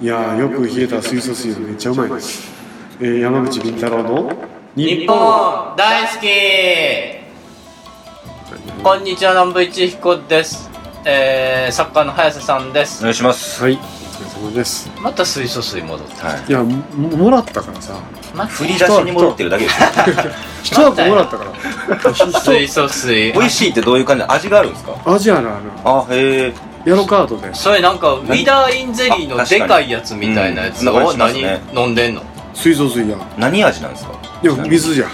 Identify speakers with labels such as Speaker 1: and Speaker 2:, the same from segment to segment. Speaker 1: いやーよく冷えた水素水めっちゃうまいです、えー山口敏太郎の
Speaker 2: 日本大好きこんにちは南部一彦です、えー、作家の早瀬さんです
Speaker 3: お願いします。
Speaker 1: はいお疲れ様です
Speaker 2: また水素水戻った
Speaker 3: はい
Speaker 1: いやももらったからさ
Speaker 2: ま
Speaker 3: 振り出しに戻ってるだけですよ。
Speaker 1: 一箱もらったからひ
Speaker 2: た水素水
Speaker 3: 美味しいってどういう感じ味があるんですか
Speaker 1: アジアのある
Speaker 3: あ、へえ。
Speaker 1: ヤロカードで
Speaker 2: それなんかウィダーインゼリーの
Speaker 3: あ確かに
Speaker 2: でかいやつみたいなやつ
Speaker 3: うんなんか
Speaker 2: を
Speaker 3: します
Speaker 2: 何
Speaker 3: ね
Speaker 2: 飲んでんの
Speaker 1: 水素水や
Speaker 3: 何味なんですか
Speaker 1: いや水じゃ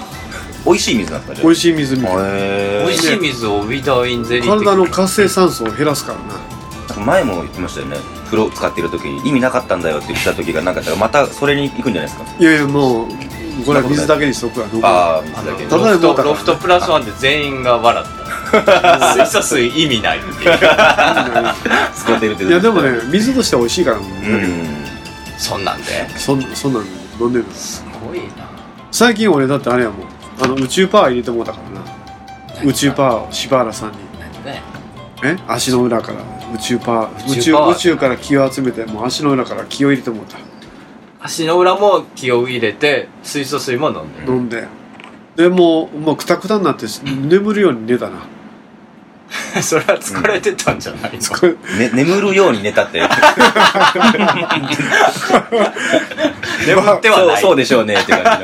Speaker 3: 美味しい水なんですか
Speaker 1: 美味
Speaker 3: しい。
Speaker 1: しい水みたいな
Speaker 3: へ
Speaker 2: 美
Speaker 3: ー
Speaker 2: 味しい水をウィダーインゼリーって
Speaker 1: 体の活性酸素を減らすからな
Speaker 3: なんか前も言ってましたよね。風呂使ってる時に意味なかったんだよって言ってた時がなんかだからまたそれに行くんじゃないですか。
Speaker 1: いやいやもうこれは水だけにしとくわどこ
Speaker 3: ああ、
Speaker 2: あ
Speaker 3: 水だ
Speaker 2: の
Speaker 3: け。
Speaker 1: ただ
Speaker 2: ロ
Speaker 1: で
Speaker 2: フ
Speaker 1: 戻ったか
Speaker 2: ト
Speaker 1: ら
Speaker 2: ロフトプラスワンで全員が笑 った水素水意味ないっていう
Speaker 3: 使ってるって
Speaker 1: いやでも。ね水としては美味しいからもう
Speaker 3: うん。
Speaker 2: そんなんで
Speaker 1: そんそんなん飲んでるの
Speaker 2: すごいな
Speaker 1: 最近俺だってあれやもんあの宇宙パワー入れてもうたからな宇宙パワーを柴原さんに
Speaker 2: ね
Speaker 1: え足の裏から宇宙パワー
Speaker 2: 宇
Speaker 1: 宇
Speaker 2: 宙
Speaker 1: 宙
Speaker 2: パワー
Speaker 1: 宇宙から気を集めてもう足の裏から気を入れてもうた
Speaker 2: 足の裏も気を入れて水素水も飲んでる
Speaker 1: 飲んででもうもうクタクタになって眠るように寝たな
Speaker 2: それは疲れてたんじゃないの
Speaker 1: 疲れ
Speaker 3: ね、眠るように寝たって。
Speaker 2: 眠っては
Speaker 3: そう
Speaker 2: ない
Speaker 3: そうでしょうねって感じ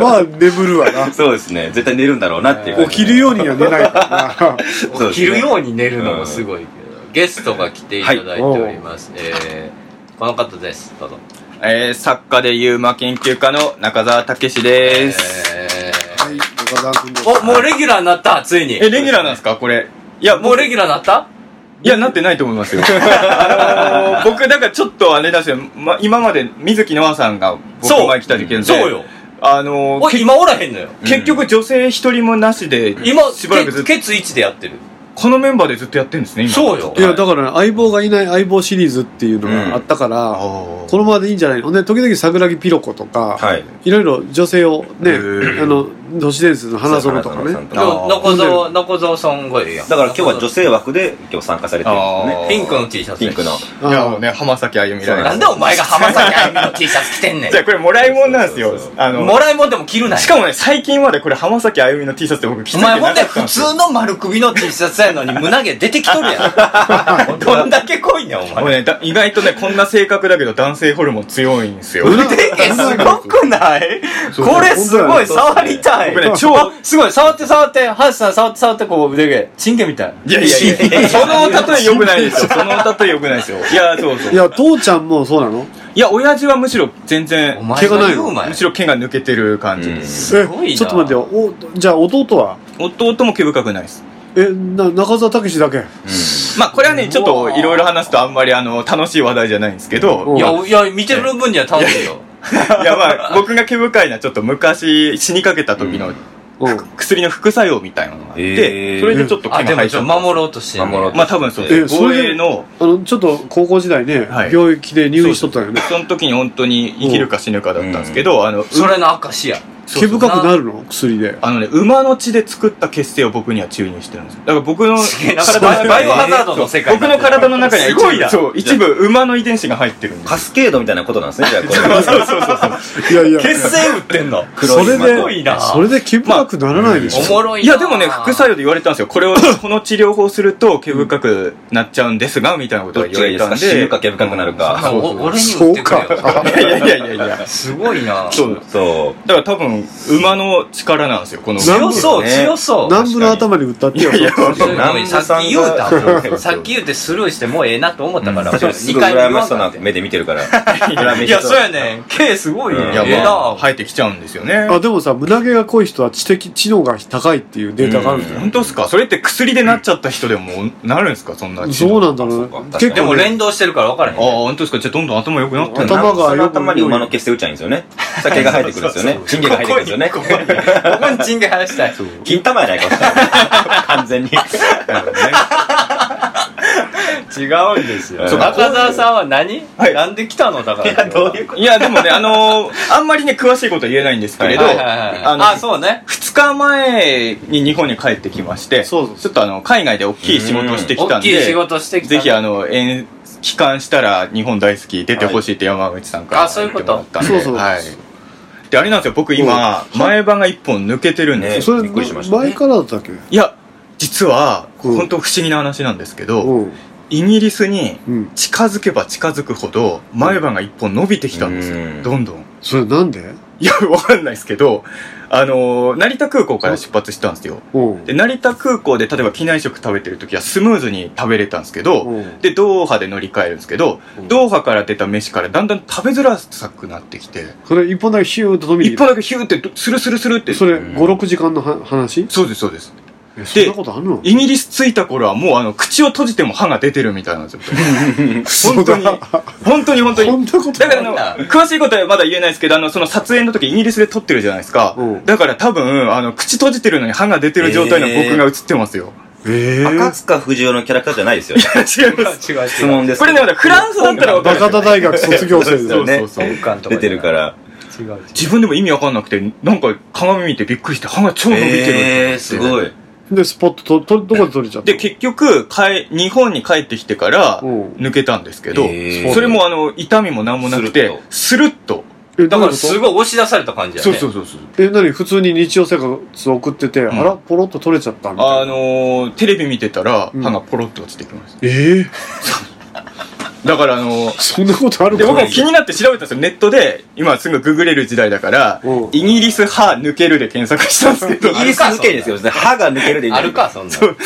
Speaker 1: まあ眠るわ
Speaker 3: の。そうですね。絶対寝るんだろうなっていう感
Speaker 1: な
Speaker 3: じ。
Speaker 1: 起きるようには寝ないから
Speaker 3: そうです
Speaker 2: 起き
Speaker 3: ね
Speaker 2: るように寝るのもすごいけど、ゲストが来ていただいております、えー、この方ですどうぞ
Speaker 4: えー、作家でユーマ研究家の中澤武史です。
Speaker 2: え
Speaker 1: なはい岡田君です
Speaker 2: ー、おもうレギュラーになったついに
Speaker 4: え、レギュラーなんですかこれ。いや、
Speaker 2: もうレギュラーになった
Speaker 4: いや、なってないと思 いますよ。あのー、僕、だからちょっとあれだし、ま、今まで水木奈和さんが僕
Speaker 2: そう
Speaker 4: 前来た時点で。
Speaker 2: そう。よ
Speaker 4: あのー、
Speaker 2: おい
Speaker 4: け
Speaker 2: 今おらへんのよ
Speaker 4: 結局女性一人もなしで、
Speaker 2: 今
Speaker 4: しばらくずっと、
Speaker 2: ケケツ1でやってる
Speaker 4: このメンバーでずっとやってるんですね、今。
Speaker 2: そうよ
Speaker 1: いやだからね相棒がいない相棒シリーズっていうのがあったから、
Speaker 4: あ
Speaker 1: このままでいいんじゃないのほんで時々桜木ピロコとか、
Speaker 3: はい。
Speaker 1: い、ろいろ女性をね
Speaker 4: へー
Speaker 1: あの都市伝説の花園とかね
Speaker 2: でも
Speaker 4: あー
Speaker 2: 中澤中澤さんがええやん
Speaker 3: だから今日は女性枠で今日参加されてるんですね。
Speaker 4: あ
Speaker 2: ピンクの T シャツ
Speaker 3: ピンクの。
Speaker 4: ーいや、も
Speaker 1: あ
Speaker 4: うね、浜崎あゆみ
Speaker 3: そう
Speaker 4: ラ
Speaker 2: な
Speaker 4: イ
Speaker 2: ん
Speaker 4: ン。
Speaker 2: でお前が浜崎あゆみの T シャツ着てんねん
Speaker 4: じゃあこれもらいもんなんですよ
Speaker 3: そうそう。
Speaker 4: あの、
Speaker 2: もらいもんでも着るなよ
Speaker 4: しかもね、最近までこれ浜崎あゆみの T シャツで僕着て
Speaker 2: お
Speaker 4: てな
Speaker 2: 前
Speaker 4: か
Speaker 2: ほ
Speaker 4: っ
Speaker 2: んで
Speaker 4: たん
Speaker 2: 普
Speaker 4: ですよ
Speaker 2: 通の丸首の T シャツやのに胸毛出てきとるやんどんだけ濃いねんお前
Speaker 4: 俺ねだ意外とね、こんな性格だけど男性ホルモン強いんですよ。
Speaker 1: う
Speaker 4: 僕
Speaker 1: ん
Speaker 4: ね、
Speaker 2: 腕毛すごくない
Speaker 1: そうそう
Speaker 2: これすごい触りたい
Speaker 4: 超、
Speaker 2: すごい触って触ってハウスさん触って触ってこう腕毛チンゲみたい
Speaker 4: いやいやいや、その例え良くない ですよ。その例え良くないですよ。いや、そうそう。
Speaker 1: い
Speaker 4: いや、
Speaker 1: や父ちゃんもそうなの
Speaker 4: 親父はむしろ全然
Speaker 2: お、前が言うまい
Speaker 4: むしろ毛が抜けてる感じ
Speaker 3: うん
Speaker 4: です。
Speaker 2: すごいな
Speaker 1: えちょっと待ってよおじゃあ弟は
Speaker 4: 弟も毛深くないです。
Speaker 1: えな中澤武史だけ
Speaker 4: まあ、これはね、ちょっ
Speaker 2: うわ
Speaker 4: と
Speaker 2: ー
Speaker 4: いろいろ話すとあんまりあの、楽しい話題じゃないんですけど、
Speaker 1: うん
Speaker 2: いやいや見てる分には楽しいよ
Speaker 4: い やまあ、僕が毛深いのはちょっと昔死にかけた時の
Speaker 1: うん
Speaker 4: 薬の副作用みたいなのがあっ
Speaker 3: へー
Speaker 4: て、それでちょっと毛
Speaker 2: あ
Speaker 4: が
Speaker 2: で
Speaker 4: 生
Speaker 2: も
Speaker 4: え
Speaker 2: ち
Speaker 4: ちゃ
Speaker 2: ょ
Speaker 4: っ。
Speaker 2: ったと守ろうとしてんね
Speaker 3: 守ろうと
Speaker 4: まあ多分そうです。
Speaker 1: えそ
Speaker 4: 防
Speaker 1: れで
Speaker 4: 衛の、
Speaker 1: あのちょっと高校時代ね、
Speaker 4: はい
Speaker 1: 病気で入院しとったよね
Speaker 4: その時に本当に生きるか死ぬかだったんですけど、あの、う
Speaker 2: それの証や
Speaker 4: そう
Speaker 1: 毛
Speaker 4: そう
Speaker 1: 深くなるの薬で
Speaker 4: あのね、馬の血で作った血清を僕には注入してるんですよ。だから僕の
Speaker 2: すげえな
Speaker 4: 体
Speaker 2: バイバイオハザードの世界
Speaker 4: 僕の体の中には
Speaker 2: すごいな
Speaker 4: 一部そう、一部馬の遺伝子が入ってるんです。
Speaker 3: カスケードみたいなことなんですね、じゃあこれ。
Speaker 4: そうそうそうそう。
Speaker 1: いやいや
Speaker 2: 血清売ってんの
Speaker 1: それ
Speaker 3: 黒い
Speaker 1: です
Speaker 2: ごいな
Speaker 1: それで毛深くならないでしょ、
Speaker 2: おもろい
Speaker 4: い
Speaker 2: な
Speaker 4: やでもね、副作用で言われたんですよ。これを、この治療法をすると毛深くなっちゃうんですが、みたいなこ
Speaker 3: ど
Speaker 4: とが
Speaker 3: っ
Speaker 4: 言
Speaker 3: ち
Speaker 4: わ
Speaker 3: がいい
Speaker 4: れ
Speaker 3: ですか
Speaker 4: たんで。
Speaker 3: 死ぬか毛深くなる
Speaker 2: あ
Speaker 3: か。
Speaker 2: お俺に売ってくれ
Speaker 1: そう
Speaker 2: よ
Speaker 4: いやいやいやいやいや。
Speaker 2: すごいな
Speaker 4: そう。
Speaker 3: そ
Speaker 4: だから多分、馬の力なんですよ、この。
Speaker 1: なん
Speaker 2: 強そう
Speaker 3: ね
Speaker 2: 強そう
Speaker 1: 南部の頭に打ったってよ
Speaker 4: いや
Speaker 1: そ
Speaker 3: 南部
Speaker 2: さ
Speaker 3: さ
Speaker 2: っ
Speaker 3: んが
Speaker 2: き言うた
Speaker 3: そうそうそ う
Speaker 2: さっき言うてスルーしてもうええなと思ったから
Speaker 3: う。
Speaker 2: 俺
Speaker 3: す
Speaker 2: 二
Speaker 3: ぐ
Speaker 2: 回目
Speaker 3: 羨
Speaker 2: 言
Speaker 3: ま
Speaker 2: わ
Speaker 3: し
Speaker 2: ん
Speaker 3: そう
Speaker 2: か
Speaker 3: な
Speaker 2: って
Speaker 3: 目で見てるから。
Speaker 2: いやそうやねん K すごいね
Speaker 3: うん
Speaker 4: いや、
Speaker 2: ええ
Speaker 4: まあ、
Speaker 2: な
Speaker 4: 生えてきちゃうんですよね。
Speaker 1: あでもさ胸毛が濃い人は知的知能が高いっていうデータがあるんだよ、
Speaker 4: 本当ですかそれって薬でなっちゃった人でもなるんですかそんな知能
Speaker 1: そうなんだろう
Speaker 3: あそう
Speaker 1: ね
Speaker 3: か
Speaker 1: 結
Speaker 2: でも
Speaker 1: 構ね
Speaker 2: 連動してるから分からへん
Speaker 4: ああ、本当ですかじゃあどんどん頭良くなってん
Speaker 1: 頭
Speaker 4: な。
Speaker 1: がよく
Speaker 3: 頭に馬の血清打っちゃうんですよね。さ毛が生えてくるんですよね。チンゲが生えてくるんですよね。
Speaker 2: ここにチンゲ生やしたい
Speaker 3: 金玉やないか、そしたら完全に。
Speaker 2: 違うんですよ
Speaker 3: そうか
Speaker 2: 中澤さんは何
Speaker 4: はい
Speaker 2: なんで来たのだから
Speaker 3: いうこ
Speaker 4: いや、でもね、あのーあんまりね、詳しいことは言えないんですけれど、
Speaker 2: はいはいはい
Speaker 4: あの
Speaker 2: あそうね
Speaker 4: 2日前に日本に帰ってきまして、
Speaker 1: そうそう
Speaker 4: ちょっとあの、海外で大きい仕事をしてきた
Speaker 2: 大
Speaker 4: ん
Speaker 2: きい仕
Speaker 4: で、
Speaker 2: 事してきた
Speaker 4: ぜひあ
Speaker 2: の
Speaker 4: の、遠帰還したら日本大好き出てほしいって山口さんから
Speaker 2: あそういうこと
Speaker 4: 言ってもらったんで
Speaker 1: そうそう
Speaker 4: はいであれなんですよ僕今前歯が一本抜けてるんで
Speaker 3: ね
Speaker 4: す
Speaker 1: それ
Speaker 3: びっくりしましたね
Speaker 1: 前からだったっけ
Speaker 4: いや実は
Speaker 1: うん
Speaker 4: 本当不思議な話なんですけど
Speaker 1: うん
Speaker 4: イギリスに
Speaker 1: うん
Speaker 4: 近づけば近づくほど前歯が一本伸びてきたんです
Speaker 3: うん
Speaker 4: よどんどん
Speaker 1: それなんで
Speaker 4: いやわかんないですけどあのー成田空港から出発したんですよ
Speaker 1: うん
Speaker 4: で成田空港で例えば機内食食べてる時はスムーズに食べれたんですけど、
Speaker 1: うん
Speaker 4: でドーハで乗り換えるんですけど、
Speaker 1: うん
Speaker 4: ドーハから出た飯からだんだん食べづらさくなってきて
Speaker 1: それ一本だけヒューッと伸び
Speaker 4: 一
Speaker 1: て
Speaker 4: 本だけヒューってスルスルスルって
Speaker 1: それ
Speaker 3: うん
Speaker 1: 56時間のは話
Speaker 4: そうですそうです
Speaker 1: えそんなことあんの
Speaker 4: イギリス着いた頃はもうあの口を閉じても歯が出てるみたいな んですよ本当
Speaker 1: 嘘
Speaker 4: に
Speaker 1: だ
Speaker 4: 本当に本 当
Speaker 1: そん
Speaker 4: に
Speaker 1: なこと
Speaker 4: だか
Speaker 1: あん
Speaker 4: ら
Speaker 1: の
Speaker 4: あの詳しいことはまだ言えないですけどあのその撮影の時イギリスで撮ってるじゃないですか、
Speaker 1: うん
Speaker 4: だから多分あの口閉じてるのに歯が出てる状態の僕が映ってま すよ、
Speaker 1: え
Speaker 3: 赤
Speaker 1: え
Speaker 3: 塚不二夫のキャラクターじゃないですよ。
Speaker 4: 違いま す
Speaker 2: 違う違う
Speaker 3: 質問です
Speaker 4: これねまだフランスだったら分か
Speaker 1: バ
Speaker 4: るんです
Speaker 1: カ
Speaker 4: よ
Speaker 1: 田大学卒業 生だ
Speaker 4: そ
Speaker 1: よ
Speaker 4: うそうそう
Speaker 2: 本館とか
Speaker 3: 出てるから。
Speaker 2: 違う違う
Speaker 4: 自分でも意味わかんなくて、なんか鏡見てびっくりして、歯が超伸びてる。
Speaker 3: えー、すごい。
Speaker 1: でスポットととどこで取れちゃった
Speaker 4: で、結局、かえ、日本に帰ってきてから、
Speaker 1: うん
Speaker 4: 抜けたんですけど、
Speaker 3: えー
Speaker 4: それもあの、痛みもなんもなくて、スルッと。
Speaker 1: え
Speaker 2: だ
Speaker 1: どうい
Speaker 2: か
Speaker 1: う
Speaker 2: ら
Speaker 1: こと
Speaker 2: すごい押し出された感じだ
Speaker 4: そ
Speaker 2: ね
Speaker 4: うそうそうそう。
Speaker 1: え何普通に日常生活送ってて、
Speaker 4: ん
Speaker 1: あらポロッと取れちゃったみたいな
Speaker 4: あのー、テレビ見てたら、
Speaker 1: うん
Speaker 4: 歯がポロッと落ちてきまし
Speaker 1: ええ
Speaker 4: た。だからあのー、
Speaker 1: そんなことある
Speaker 4: で、僕
Speaker 1: か
Speaker 4: も気になって調べたんですよ。ネットで、今すぐググれる時代だから
Speaker 1: うん、
Speaker 4: イギリス歯抜けるで検索したんですけど
Speaker 3: イ、ギリス抜けですよ。歯が抜けるでいい
Speaker 2: あ
Speaker 3: んだよ
Speaker 2: るかそんな
Speaker 4: そう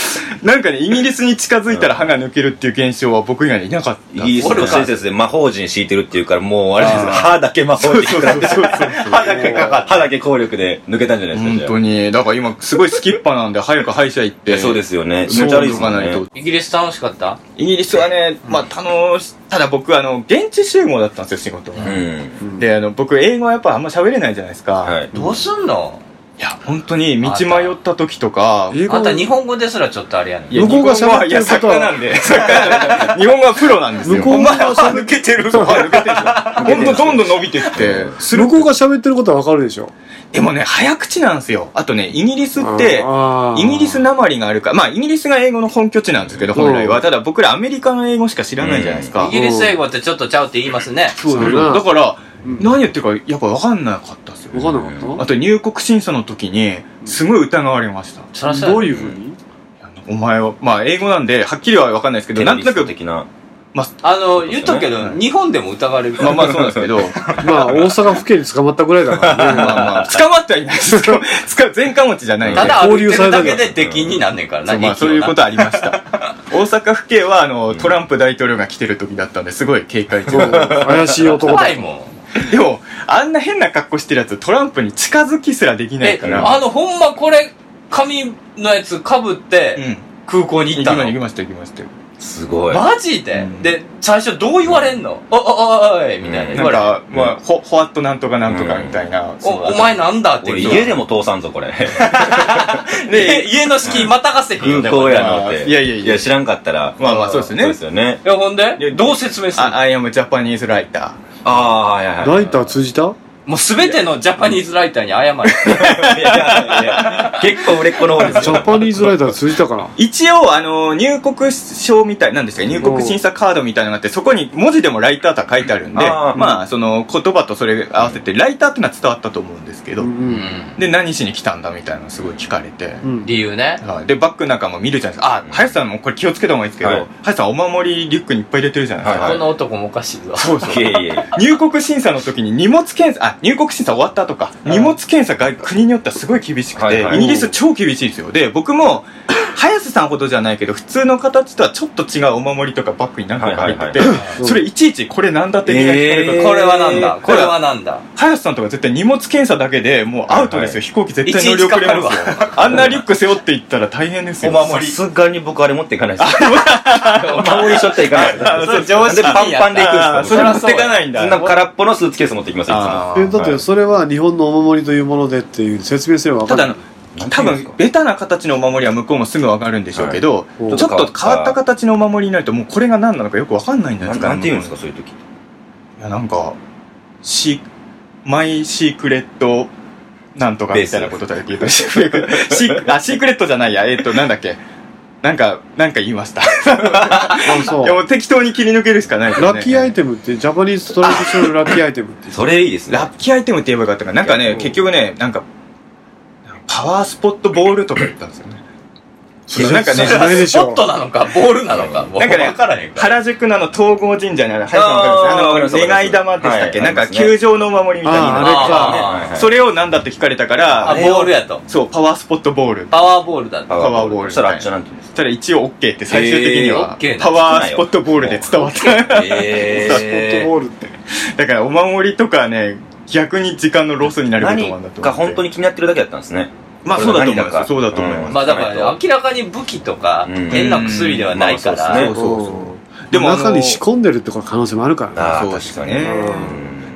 Speaker 4: なんかね、イギリスに近づいたら歯が抜けるっていう現象は僕以外にいなかったん
Speaker 3: イ
Speaker 4: ですよ
Speaker 3: ギリスの親切で魔法陣敷いてるっていうから、もうあれですよ。歯だけ魔法陣敷いてる。歯だけかかって歯だけ効力で抜けたんじゃないですか
Speaker 4: 本
Speaker 3: じゃあ。
Speaker 4: 当に。だから今、すごいスキッパなんで、早く歯医者行っ
Speaker 3: い
Speaker 4: て。
Speaker 3: や、そうですよね。気
Speaker 4: そう
Speaker 3: 持ち悪いです
Speaker 4: か
Speaker 3: もん
Speaker 4: ない
Speaker 3: ね
Speaker 4: と。。
Speaker 2: イギリス楽しかった
Speaker 4: イギリスはね、まあ、楽し、ただ僕、あの、現地集合だったんですよ、仕事
Speaker 3: う
Speaker 4: が。
Speaker 3: ん。
Speaker 4: で、あの、僕、英語はやっぱあんま喋れないじゃないですか。。
Speaker 3: はいい。
Speaker 2: どうすんの
Speaker 4: や、本当に、道迷った時とか、
Speaker 1: 英語
Speaker 2: あんた日本語ですらちょっとあれやねん
Speaker 4: いや
Speaker 1: 向こうが喋ってることはい
Speaker 4: や、作家なんで。 作家なんで。日本語はプロなんですよ。
Speaker 1: 向こうが喋って
Speaker 4: お前は抜けてる。そう、抜けてるでしょ。ほんと、どんどん伸びてって。する
Speaker 1: 向こうが喋ってることはわかるでしょ
Speaker 4: でもね、早口なんですよ。あとね、イギリスって、
Speaker 1: あー
Speaker 4: イギリスなまりがあるから、まあ、イギリスが英語の本拠地なんですけど、
Speaker 1: うん
Speaker 4: 本来は。ただ僕らアメリカの英語しか知らないじゃないですか。
Speaker 2: イギリス英語ってちょっとちゃうって言いますね
Speaker 1: そうだよな
Speaker 4: だから、
Speaker 1: うん
Speaker 4: 何言ってるかやっぱ分かんなかったですよ。
Speaker 1: わかんなか
Speaker 4: あ
Speaker 1: っ
Speaker 4: と入国審査の時に、すごい疑われました。
Speaker 2: そら
Speaker 1: た
Speaker 2: そうや
Speaker 1: どういうふうに
Speaker 4: お前は、まあ英語なんで、はっきりは分かんないですけど、
Speaker 3: テ
Speaker 4: な
Speaker 3: レ
Speaker 4: ん
Speaker 3: ビ
Speaker 4: となく、
Speaker 3: 的な。
Speaker 2: あの言っとくけ
Speaker 3: そうで
Speaker 2: ど
Speaker 3: す
Speaker 2: 日本でも疑われる
Speaker 4: まあまあそうなんで すけど、ま
Speaker 1: まあ大阪府警に捕まったぐらいだ から
Speaker 4: あまあ、捕まってはいないで すけど、捕ま前科持ちじゃないんで。
Speaker 2: ただ
Speaker 1: 交
Speaker 2: 歩い
Speaker 1: 流
Speaker 2: て
Speaker 1: され
Speaker 2: る
Speaker 1: た
Speaker 2: だ
Speaker 1: から
Speaker 2: けで出禁になんねんからな
Speaker 4: そうまあ
Speaker 2: 駅を
Speaker 4: そう
Speaker 2: な
Speaker 4: いうことありま した。大阪府警は、あの、トランプ大統領が来てる時だったんで、すごい警戒中
Speaker 1: うん怪しい男だ
Speaker 2: 怖いもん
Speaker 4: でも、あんな変な格好してるやつ、トランプに近づきすらできない
Speaker 2: え
Speaker 4: から。
Speaker 2: あのほんまこれ紙のやつかぶっ
Speaker 4: うん。
Speaker 2: て空港に行
Speaker 4: 行
Speaker 2: っ
Speaker 4: き
Speaker 2: た
Speaker 4: ました、
Speaker 2: の
Speaker 4: 行きました、行きました。
Speaker 3: すごい。
Speaker 2: マジで、
Speaker 4: うん
Speaker 2: で最初どう言われんの「おおおおい」みたいな
Speaker 3: う
Speaker 2: 言
Speaker 3: ん
Speaker 4: だか
Speaker 2: われる
Speaker 4: ら、まあ、ほ、ほわっとなんとかなんとかみたいな。
Speaker 2: お
Speaker 4: その
Speaker 2: お前なんだって
Speaker 3: 俺
Speaker 2: 言う
Speaker 3: 家でも通さんぞ、こ れ。
Speaker 2: で家の敷居またがせへんよ
Speaker 3: 空
Speaker 2: ね
Speaker 3: 港や
Speaker 4: ま
Speaker 3: のっ
Speaker 4: あ
Speaker 3: て。
Speaker 4: いやいやいや
Speaker 3: 知らんかったら。
Speaker 4: まあまあ、そうです
Speaker 3: そ
Speaker 4: よ
Speaker 3: う
Speaker 4: ね
Speaker 3: で。すよね。
Speaker 2: いやほんで
Speaker 4: で
Speaker 2: どう説明するの
Speaker 4: あ I am a Japanese writer.
Speaker 3: ああ、はいはいはい。
Speaker 1: ライター通じた
Speaker 2: もう全てのジャパニーズライターに謝れ
Speaker 3: いやいやいや結構売れっ子の方です
Speaker 1: ジ
Speaker 3: よ
Speaker 1: ャ。パニーズライター通じたから
Speaker 4: 一応、あの、入国証みたい、なんですか、入国審査カードみたいなのがあって、そこに文字でもライターとは書いてあるんで、
Speaker 3: あー
Speaker 4: まあ、その、言葉とそれ合わせて、ライターってのは伝わったと思うんですけ
Speaker 1: う
Speaker 4: ど、
Speaker 1: ん
Speaker 4: で、何しに来たんだみたいなのすごい聞かれて、
Speaker 1: うん
Speaker 2: 理由ね
Speaker 4: はいで、バッグなんかも見るじゃないですか。あ、林さんもこれ気をつけた方がいいですけど、
Speaker 3: はい
Speaker 4: 林さんお守りリュックにいっぱい入れてるじゃないですか。
Speaker 3: はい
Speaker 2: この男もおかしいぞ
Speaker 4: そうそ
Speaker 3: い
Speaker 4: う。
Speaker 3: やいや
Speaker 4: 入国審査の時に荷物検査、あ、入国審査終わったとか、荷物検査が国によってはすごい厳しく
Speaker 3: はい
Speaker 4: て
Speaker 3: は、い
Speaker 4: イギリス超厳しいですよ。で、僕も、早瀬さんほどじゃないけど、普通の形とはちょっと違うお守りとかバッグに何個か入って
Speaker 3: はいは
Speaker 1: うん
Speaker 4: て、 それいちいちこれなんだってみんな聞かれるから
Speaker 3: えー
Speaker 2: これはなんだ
Speaker 4: えー
Speaker 2: これはなんだ
Speaker 4: 早瀬さんとか絶対荷物検査だけでもうアウトですよ。飛行機絶対乗り遅れます
Speaker 2: いちいち
Speaker 4: よ。あんなリュック背負っていったら大変ですよ。
Speaker 3: さすがに僕あれ持っていかないです よ。お守りしょっていかないです
Speaker 4: あ
Speaker 3: よ。
Speaker 4: そ
Speaker 3: な
Speaker 4: れ
Speaker 3: んで
Speaker 4: 常識
Speaker 3: パンパンで行くん
Speaker 4: あ
Speaker 3: で
Speaker 4: ー
Speaker 3: すか
Speaker 4: それ
Speaker 3: 僕
Speaker 4: 持ってかないんだ。
Speaker 3: そんな空っぽのスーツケース持ってきますよ、いつも。
Speaker 4: あ
Speaker 1: え
Speaker 4: ー
Speaker 1: だってそれは日本のお守りというものでっていう説明すればわか
Speaker 4: た
Speaker 1: る
Speaker 4: だあの多分ベタな形のお守りは向こうもすぐ分かるんでしょうけど、
Speaker 1: はい
Speaker 4: ちょっと変わった形のお守りになるともうこれが何なのかよく分かんないんじゃない
Speaker 3: なんかな
Speaker 4: ですか
Speaker 3: んて言うんですか、そういう時。
Speaker 4: いやなんかシマイシークレットなんとかみたいなことだけ言うとシークレットあシークレットじゃないやえっ、となんだっけなんか、なんか言いました。
Speaker 1: あそ
Speaker 4: いやも
Speaker 1: う
Speaker 4: う適当に切り抜けるしかないですね。
Speaker 1: ラッキーアイテムってジャパニーズトラディショナルラッキーアイテムって
Speaker 3: それいいですね。
Speaker 4: ラッキーアイテムって言えばよかったかな。なんかね、結局ね、なんか、パワースポットボールとか言ったんですよね。そうなんかね、
Speaker 1: 知らないでし
Speaker 2: スポッ
Speaker 1: ょ
Speaker 2: トなのか、ボールなのか。
Speaker 4: なんかね
Speaker 3: わからへんから。
Speaker 4: 原宿のあの、東郷神社にある、はい、わかります
Speaker 3: あー
Speaker 4: あの、願い玉でしたっけ、
Speaker 3: わかり
Speaker 4: なん
Speaker 3: ま
Speaker 4: か、
Speaker 3: すね
Speaker 4: 球場のお守りみたい
Speaker 1: あ
Speaker 4: な
Speaker 1: ーあれ
Speaker 4: の
Speaker 2: か
Speaker 3: はいはい
Speaker 4: それをなんだって聞かれたか
Speaker 2: あ、
Speaker 4: ら、
Speaker 2: ボールやと。
Speaker 4: そう、パワースポットボール。
Speaker 2: パワーボールだ
Speaker 3: パ
Speaker 2: と。
Speaker 4: ワーボール
Speaker 3: そしたらあっちゃなんて言うんです
Speaker 4: ただ一応 OK って最終的には
Speaker 2: えー OK なん、だ
Speaker 4: パワースポットボールで伝わった。
Speaker 3: か。
Speaker 1: スポ ット
Speaker 3: え
Speaker 1: ボールって
Speaker 4: だから、お守りとかね、逆に時間のロスにな
Speaker 3: ー。
Speaker 4: ることもあ
Speaker 3: 何
Speaker 4: るんだと思って。
Speaker 3: か本当に気になってるだけだったんですね。
Speaker 4: まあそうだと思いますよ
Speaker 3: こ
Speaker 4: そう
Speaker 3: れ何
Speaker 4: だと思います、
Speaker 3: うん
Speaker 2: まあだから、明らかに武器とか、
Speaker 3: うん
Speaker 2: 変な薬ではないか
Speaker 3: まあそう
Speaker 2: ら
Speaker 3: で。
Speaker 4: そうそうそうでもあの
Speaker 1: 中に仕込んでるってこ可能性もあるからね
Speaker 3: ああ、
Speaker 4: そうで
Speaker 3: 確
Speaker 4: す
Speaker 3: か
Speaker 4: ね
Speaker 3: に。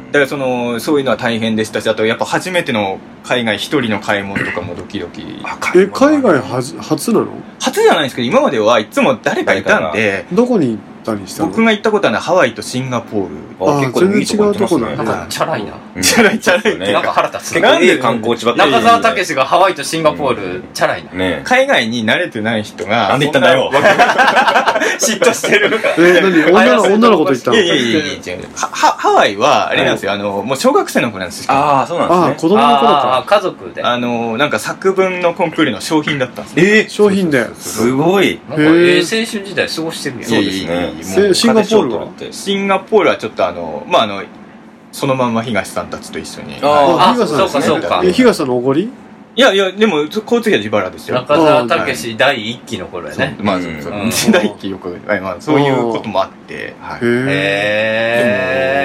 Speaker 4: だからそのそういうのは大変でしたしあとやっぱ初めての海外一人の買い物とかもドキドキ
Speaker 1: え海外はじ初なの
Speaker 4: 初じゃないんですけど今まではいつも誰かいたんで
Speaker 1: どこに行ったにしたの
Speaker 4: 僕が行ったことはねハワイとシンガポール
Speaker 1: あ
Speaker 3: 結構でもいいとこ行ってますね
Speaker 1: 全然違うとこだ
Speaker 2: なん
Speaker 1: ね
Speaker 2: か、チャラいな。
Speaker 3: うん
Speaker 4: チャラいチャラい
Speaker 3: ね
Speaker 2: なんか腹立つ
Speaker 3: 結
Speaker 2: な。
Speaker 3: 構いい観光地ばっかり。
Speaker 2: 中澤武史がハワイとシンガポール、チャラい な。
Speaker 3: ね
Speaker 4: 海外に慣れてない人が
Speaker 3: なんで行ったんだよ
Speaker 4: そなわけ嫉妬してる
Speaker 1: え何 女の女の子と行ったの
Speaker 4: いやいやいやいや違うははハワイはあれなんですよ、あのもう小学生の子なんですよ
Speaker 3: ああ、そうなん
Speaker 1: ああ
Speaker 3: ですね。
Speaker 1: 子供の頃
Speaker 2: ああ、
Speaker 1: か
Speaker 2: 家族で。
Speaker 4: あのなんか作文のコンクールの商品だったんですよ
Speaker 3: えー
Speaker 1: 商品で
Speaker 3: すごい。
Speaker 2: なんか、え
Speaker 1: へえ
Speaker 2: ー青春時代過ごしてるやん。
Speaker 4: いやいや
Speaker 3: ですね
Speaker 1: せシンガポールは
Speaker 3: もう家庭
Speaker 4: シンガポールはちょっとあの、まあ、あの、そのまんま東さんたちと一緒に。
Speaker 3: あ
Speaker 2: あ、
Speaker 1: 東さ
Speaker 2: そ
Speaker 1: ん
Speaker 2: うかそうか
Speaker 1: え。東さんのおごり
Speaker 4: いやいや、でも、交通費は自腹ですよ。
Speaker 2: 中澤武史第一期の頃や
Speaker 4: そう
Speaker 2: ね。
Speaker 4: まあ、
Speaker 3: うん
Speaker 4: そうそう
Speaker 2: うん
Speaker 4: 時代記憶が、はいまあ、そういうこともあって。はい
Speaker 1: へえ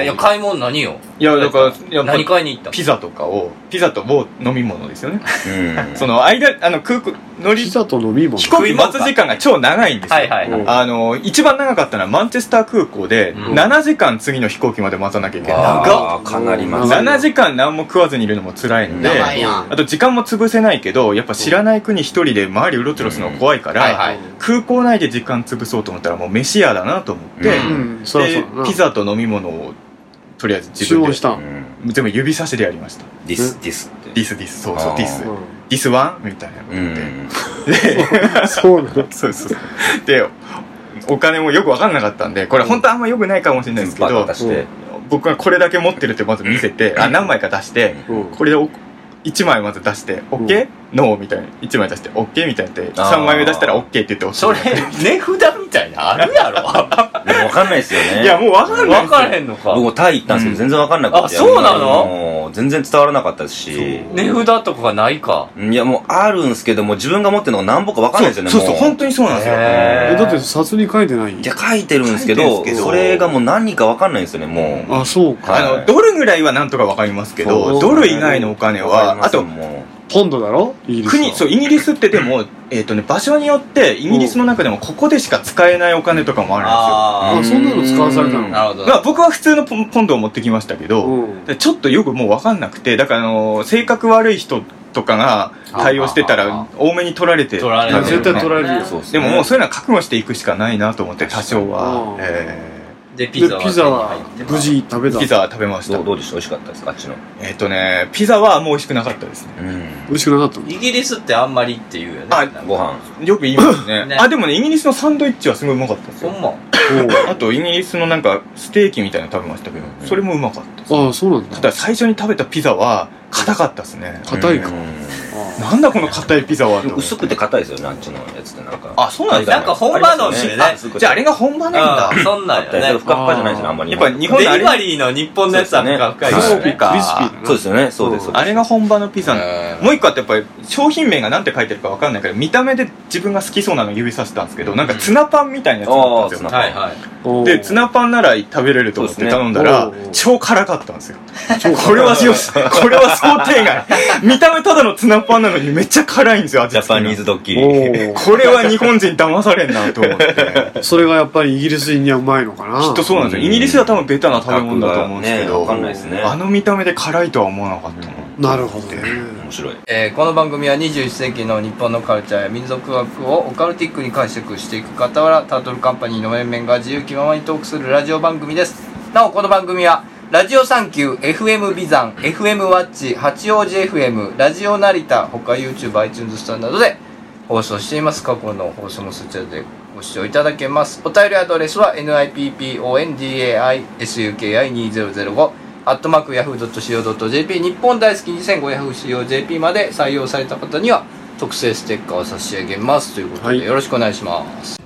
Speaker 2: へえ。いや、買い物何よ。
Speaker 4: いや、だから、やっぱ
Speaker 2: 何
Speaker 4: り、
Speaker 2: 買いに行ったの
Speaker 4: ピザとかを、ピザともう飲み物ですよね。
Speaker 3: うん。
Speaker 4: その間、あの、空港、乗り、
Speaker 1: ピ
Speaker 4: 飛
Speaker 1: ザと飲み物
Speaker 4: 行機待つ時間が超長いんですよ。
Speaker 2: はいはいはい。
Speaker 4: あの、一番長かったのはマンチェスター空港で、
Speaker 2: うん
Speaker 4: 7時間次の飛行機まで待たなきゃいけない。
Speaker 3: 長っかなります。
Speaker 4: 7時間何も食わずにいるのも辛いんで、
Speaker 3: 長
Speaker 2: いやん
Speaker 4: あと時間も潰せないけど、やっぱ知らない国一人で周りうろちょろするの怖いから、
Speaker 2: はいはい。
Speaker 4: 空港内で時間潰そうと思ったらもう飯屋だなと思って、
Speaker 3: う
Speaker 1: うんそりゃそう
Speaker 4: で
Speaker 1: だな
Speaker 4: ピザと飲み物をとりあえず自
Speaker 1: 注
Speaker 4: 分
Speaker 1: 文
Speaker 4: で
Speaker 1: した
Speaker 3: うんん
Speaker 4: 全部指差しでやりました
Speaker 3: ディス、ディスって。
Speaker 4: ディスディスそう
Speaker 3: あ
Speaker 4: そ
Speaker 3: ー
Speaker 4: うディス
Speaker 1: う
Speaker 4: デ
Speaker 1: ん
Speaker 4: ィスワンみたいなの
Speaker 3: う
Speaker 4: 言って、
Speaker 3: ん。
Speaker 1: そうなの
Speaker 4: そうそうそうでお金もよく分かんなかったんでこれ本当あんまよくないかもしれないですけ
Speaker 3: バ
Speaker 4: ど
Speaker 3: カ出して。
Speaker 4: 僕がこれだけ持ってるってまず見せてあ何枚か出して
Speaker 1: うん
Speaker 4: これでお1枚まず出して OK?、ノーみたいな1枚出して OK? みたいになって
Speaker 3: あー
Speaker 4: 3枚目出したら OK って言って押し
Speaker 2: そ
Speaker 4: て
Speaker 2: れ、値札みたいなあるやろ。
Speaker 3: いやわかんないですよね。
Speaker 4: いやもう分かんない
Speaker 2: わからへんのか
Speaker 3: 僕。もタイ行ったんですけど、全然わかんなくて。
Speaker 2: あそうなの
Speaker 3: もう全然伝わらなかったですし。
Speaker 2: 値札とかがないか。
Speaker 3: いや、もうあるんですけども、自分が持ってるのが何本かわかんないですよね、
Speaker 4: そうそう
Speaker 3: も
Speaker 4: 本当にそうなんですよ
Speaker 2: へ
Speaker 1: えだって札に書いてない
Speaker 3: いや、書いてるんですけ
Speaker 4: 書いてる
Speaker 3: ど、
Speaker 4: んですけど
Speaker 3: それがもう何かわかんないんですよね、もう。
Speaker 1: あそうか
Speaker 3: はい
Speaker 4: あのドルぐらいはなんとかわかりますけど、
Speaker 3: そう
Speaker 4: ドル以外のお金
Speaker 3: わかり
Speaker 4: は、
Speaker 3: ま
Speaker 4: あ
Speaker 3: すよ
Speaker 4: と
Speaker 3: もう
Speaker 1: ポンドだろイギリス
Speaker 4: 国、そう、イギリスってでも、えっとね、場所によって、イギリスの中でもここでしか使えないお金とかもあるん
Speaker 1: あ
Speaker 2: あ
Speaker 1: そんなの使わされた
Speaker 3: う
Speaker 1: の
Speaker 2: あ。なるほ
Speaker 4: ですよ。
Speaker 2: ど。
Speaker 4: まあ僕は普通のポンポンドを持ってきましたけど、
Speaker 1: うん
Speaker 4: でちょっとよくもうわかんなくて、だからあの、性格悪い人とかが対応してた
Speaker 2: あーあ
Speaker 4: ら、多めに取られて
Speaker 2: 取られ
Speaker 1: い
Speaker 2: る
Speaker 1: や
Speaker 2: よね
Speaker 1: 絶対取られるよ
Speaker 3: そうっす
Speaker 4: で
Speaker 3: ね
Speaker 4: ももうそういうのは覚悟していくしかないなと思って、多少
Speaker 1: う
Speaker 4: は
Speaker 1: ん。
Speaker 4: え
Speaker 2: で、ピ
Speaker 1: で
Speaker 2: ザは。
Speaker 1: ピザは無。事食べ
Speaker 4: ー
Speaker 1: た
Speaker 4: ピザは食べました
Speaker 3: どう。どうでした美味しかったですか、あっちの。
Speaker 4: えっとね、ピザはもう美味しくなかったですね。
Speaker 3: うん。
Speaker 1: 美味しくなかったの
Speaker 2: イギリスってあんまりっていうよね。
Speaker 4: あ
Speaker 2: なんか
Speaker 3: ご飯。
Speaker 4: よく言いますね
Speaker 2: ね
Speaker 4: あでもねイギリスのサンドイッチはすごいうまかったです
Speaker 2: ほ
Speaker 4: よ
Speaker 2: んま。
Speaker 4: あとイギリスのなんかステーキみたいなの食べましたけど、それもうまかったです
Speaker 1: おうあそうなん
Speaker 4: た
Speaker 1: だ
Speaker 4: だ最初に食べたピザは硬かったですね
Speaker 1: 硬いか
Speaker 3: う
Speaker 1: あ
Speaker 4: なんだこの硬いピザはと
Speaker 3: ん薄くて硬いですよね、あっちのやつってなんか。
Speaker 4: あそうなんです
Speaker 2: なん
Speaker 4: か
Speaker 2: か本場の
Speaker 3: あり
Speaker 2: ね
Speaker 3: ますよね
Speaker 4: じゃああれが本場なんだ
Speaker 2: うん、そんなんよ
Speaker 3: だいぶ
Speaker 2: ね
Speaker 3: ふ。かふかじゃないですね、あんまり。
Speaker 4: やっぱ日本のあ
Speaker 2: デリ
Speaker 4: れ
Speaker 2: バリーの日本のやつはなんか深いよ
Speaker 3: そうです
Speaker 2: ね
Speaker 3: ね。
Speaker 1: クリスピーだな
Speaker 3: そうですよね、そうです。そうです
Speaker 4: あれが本場のピザ
Speaker 2: うん
Speaker 4: もう一個あってやっぱり商品名がなんて書いてるかわかんないから見た目で自分が好きそうなの指さしたんですけどなんかツナパンみたいなやつだったんですよ
Speaker 3: あーツナパン
Speaker 2: はいはい。
Speaker 1: おう
Speaker 4: で、ツナパンなら食べれると思って頼んだら、
Speaker 1: そうですねおう
Speaker 4: 超辛かったんですよ。これはよし、これは想定外。見た目ただのツナパンなのにめっちゃ辛いんですよ、味
Speaker 3: ジャ
Speaker 4: 付け
Speaker 3: パ
Speaker 4: が
Speaker 3: ニーズドッキ
Speaker 1: お
Speaker 3: リ。
Speaker 1: う
Speaker 4: これは日本人騙されんなと思って。
Speaker 1: それがやっぱりイギリス人にはうまいのかな
Speaker 4: きっとそうなんですよ。イギリスは多分ベタな食べ物だと思うんですけ
Speaker 3: ねわ
Speaker 4: ど、
Speaker 3: かんないですね。
Speaker 4: あの見た目で辛いとは思わなかったな。
Speaker 1: なるほどね
Speaker 3: 面白い。
Speaker 2: えーこの番組は21世紀の日本のカルチャーや民族学をオカルティックに解釈していく傍らタートルカンパニーの面々が自由気ままにトークするラジオ番組ですなおこの番組はラジオサンキュー FM ビザン FM ワッチ八王子 FM ラジオ成田他 YouTube iTunes スタンダードで放送しています。過去の放送もそちらでご視聴いただけます。お便りアドレスは nippondaisuki2005 アットマーク yahoo.co.jp 日本大好き2500 .co.jp まで採用された方には特製ステッカーを差し上げますということ
Speaker 1: は
Speaker 2: で
Speaker 1: い
Speaker 2: よろしくお願いします。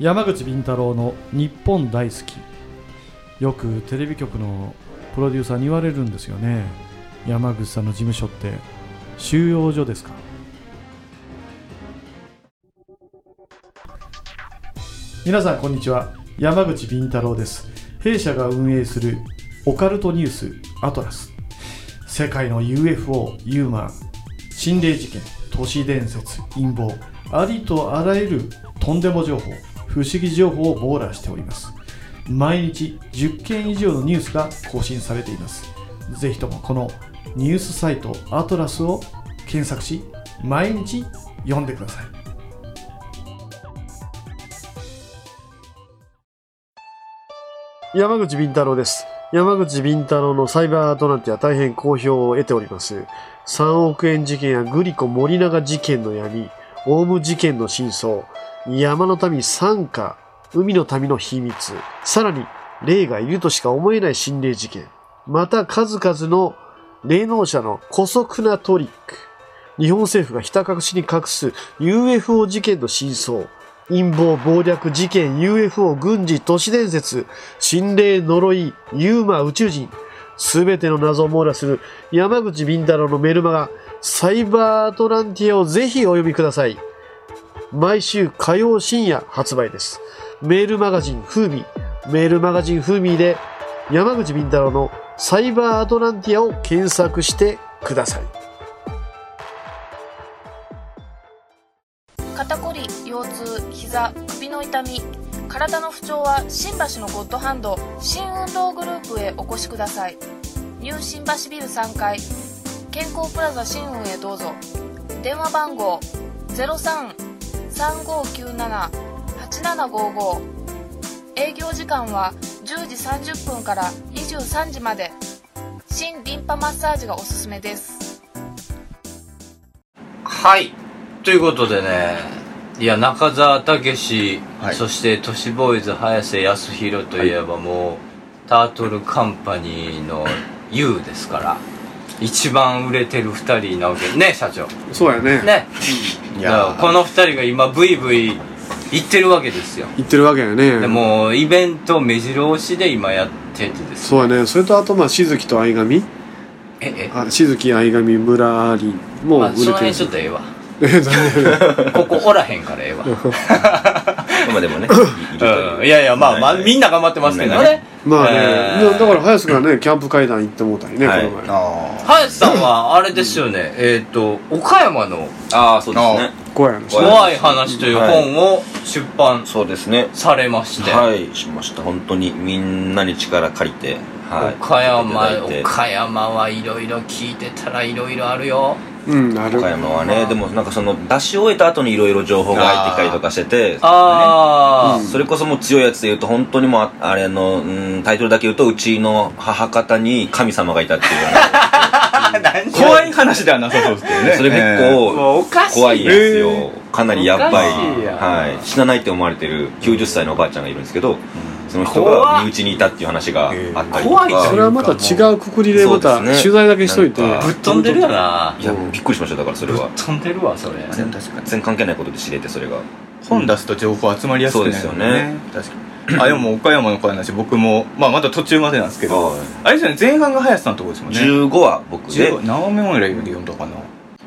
Speaker 5: 山口敏太郎の日本大好きよくテレビ局のプロデューサーに言われるんですよね山口さんの事務所って収容所ですか皆さんこんにちは山口敏太郎です弊社が運営するオカルトニュースアトラス世界の UFO ユーマー心霊事件都市伝説陰謀ありとあらゆるとんでも情報不思議情報を網羅しております毎日10件以上のニュースが更新されていますぜひともこのニュースサイトアトラスを検索し毎日読んでください
Speaker 6: 山口敏太郎です。山口敏太郎のサイバーアトランティア大変好評を得ております。3億円事件やグリコ森永事件の闇、オウム事件の真相、山の民参加、海の民の秘密、さらに霊がいるとしか思えない心霊事件、また数々の霊能者の古速なトリック、日本政府がひた隠しに隠す UFO 事件の真相、陰謀、暴略、事件、UFO、軍事、都市伝説、心霊、呪い、ユーマ、宇宙人、すべての謎を網羅する山口敏太郎のメルマガ、サイバーアトランティアをぜひお読みください。毎週火曜深夜発売です。メールマガジンフーミー、メールマガジンフーミーで山口敏太郎のサイバーアトランティアを検索してください。
Speaker 7: 肩こり腰痛膝首の痛み体の不調は新橋のゴッドハンド新運動グループへお越しくださいニュー新橋ビル3階健康プラザ新運へどうぞ電話番号0335978755営業時間は10時30分から23時まで新リンパマッサージがおすすめです
Speaker 2: はい。ということでね、いや、中澤武史、
Speaker 4: はい
Speaker 2: そして都市ボーイズ、早瀬康弘といえばもう、タートルカンパニーの U ですから、一番売れてる二人なわけね、社長。
Speaker 1: そうやね
Speaker 2: ね。
Speaker 4: い
Speaker 2: だから
Speaker 4: や
Speaker 2: この二人が今、ブイブイ言ってるわけですよ。
Speaker 1: 言ってるわけやね
Speaker 2: でもう、イベント目白押しで今やっててですね。
Speaker 1: そうやねそれとあとまあしずきと相上
Speaker 2: え、え、
Speaker 1: あしずき相上村林も
Speaker 2: ま
Speaker 1: 売
Speaker 2: あ、
Speaker 1: れ
Speaker 2: そ
Speaker 1: て
Speaker 2: の辺
Speaker 1: る
Speaker 2: ちょっとええわ。
Speaker 1: え 残念
Speaker 2: ここおらへんからええわ。
Speaker 3: まあでもね、いいるという
Speaker 2: うんいやいや、まあ、まあ、みんな頑張ってますけどね。
Speaker 1: まあね、
Speaker 2: えー
Speaker 1: だから早瀬君はねキャンプ会談行ってもうたりね、
Speaker 3: はい
Speaker 1: この前
Speaker 4: あ
Speaker 2: 林さんはあれですよね、えっ、と岡山の
Speaker 3: ああ、そうですね。
Speaker 1: 怖い話
Speaker 3: 怖い
Speaker 2: 怖い話という本を出版
Speaker 3: そうですね。
Speaker 2: されまして、
Speaker 3: はい、しました。本当にみんなに力借りて、はい。
Speaker 2: 岡山
Speaker 3: いただいて
Speaker 2: 岡山はいろいろ聞いてたらいろいろあるよ
Speaker 1: うんなる
Speaker 3: 岡山はね、でもなんかその出し終えた後にいろいろ情報が入ってきたりとかしてて、
Speaker 2: ああ、
Speaker 3: それこそもう強いやつで言うと本当にもうああれの、うん、タイトルだけ言うとうちの母方に神様がいたっ ていうような
Speaker 4: あ怖い話ではなさそうですけどね
Speaker 3: それ結構
Speaker 2: もうおかしい
Speaker 3: 怖いやつよかなりやばい
Speaker 2: おかしいやん
Speaker 3: はい、死なないって思われてる90歳のおばあちゃんがいるんですけど、その人
Speaker 2: 怖っ
Speaker 3: が身内にいたっていう話があったりと
Speaker 2: 怖
Speaker 3: か
Speaker 2: いな
Speaker 1: それはまた違うくくりで
Speaker 3: そ
Speaker 1: ま
Speaker 3: うです
Speaker 1: た
Speaker 3: ね
Speaker 1: 取材だけしといて
Speaker 3: なんか
Speaker 2: ぶっ飛んでるよない
Speaker 3: やびっくりしましただからそれ
Speaker 2: ぶっ
Speaker 3: は
Speaker 2: 飛んでるわそれ
Speaker 4: でも確かに
Speaker 3: 全然関係ないことで知れてそれが
Speaker 4: 本出すと情報集まりやすくなる
Speaker 3: そうですよね
Speaker 4: 確かにあでも岡山の怖い話僕も、まあ、まだ途中までなんですけど
Speaker 3: は
Speaker 4: あれですよね前半が林さんのとこですもんね
Speaker 3: 15は僕で
Speaker 4: 15何面ぐらい読んだかな、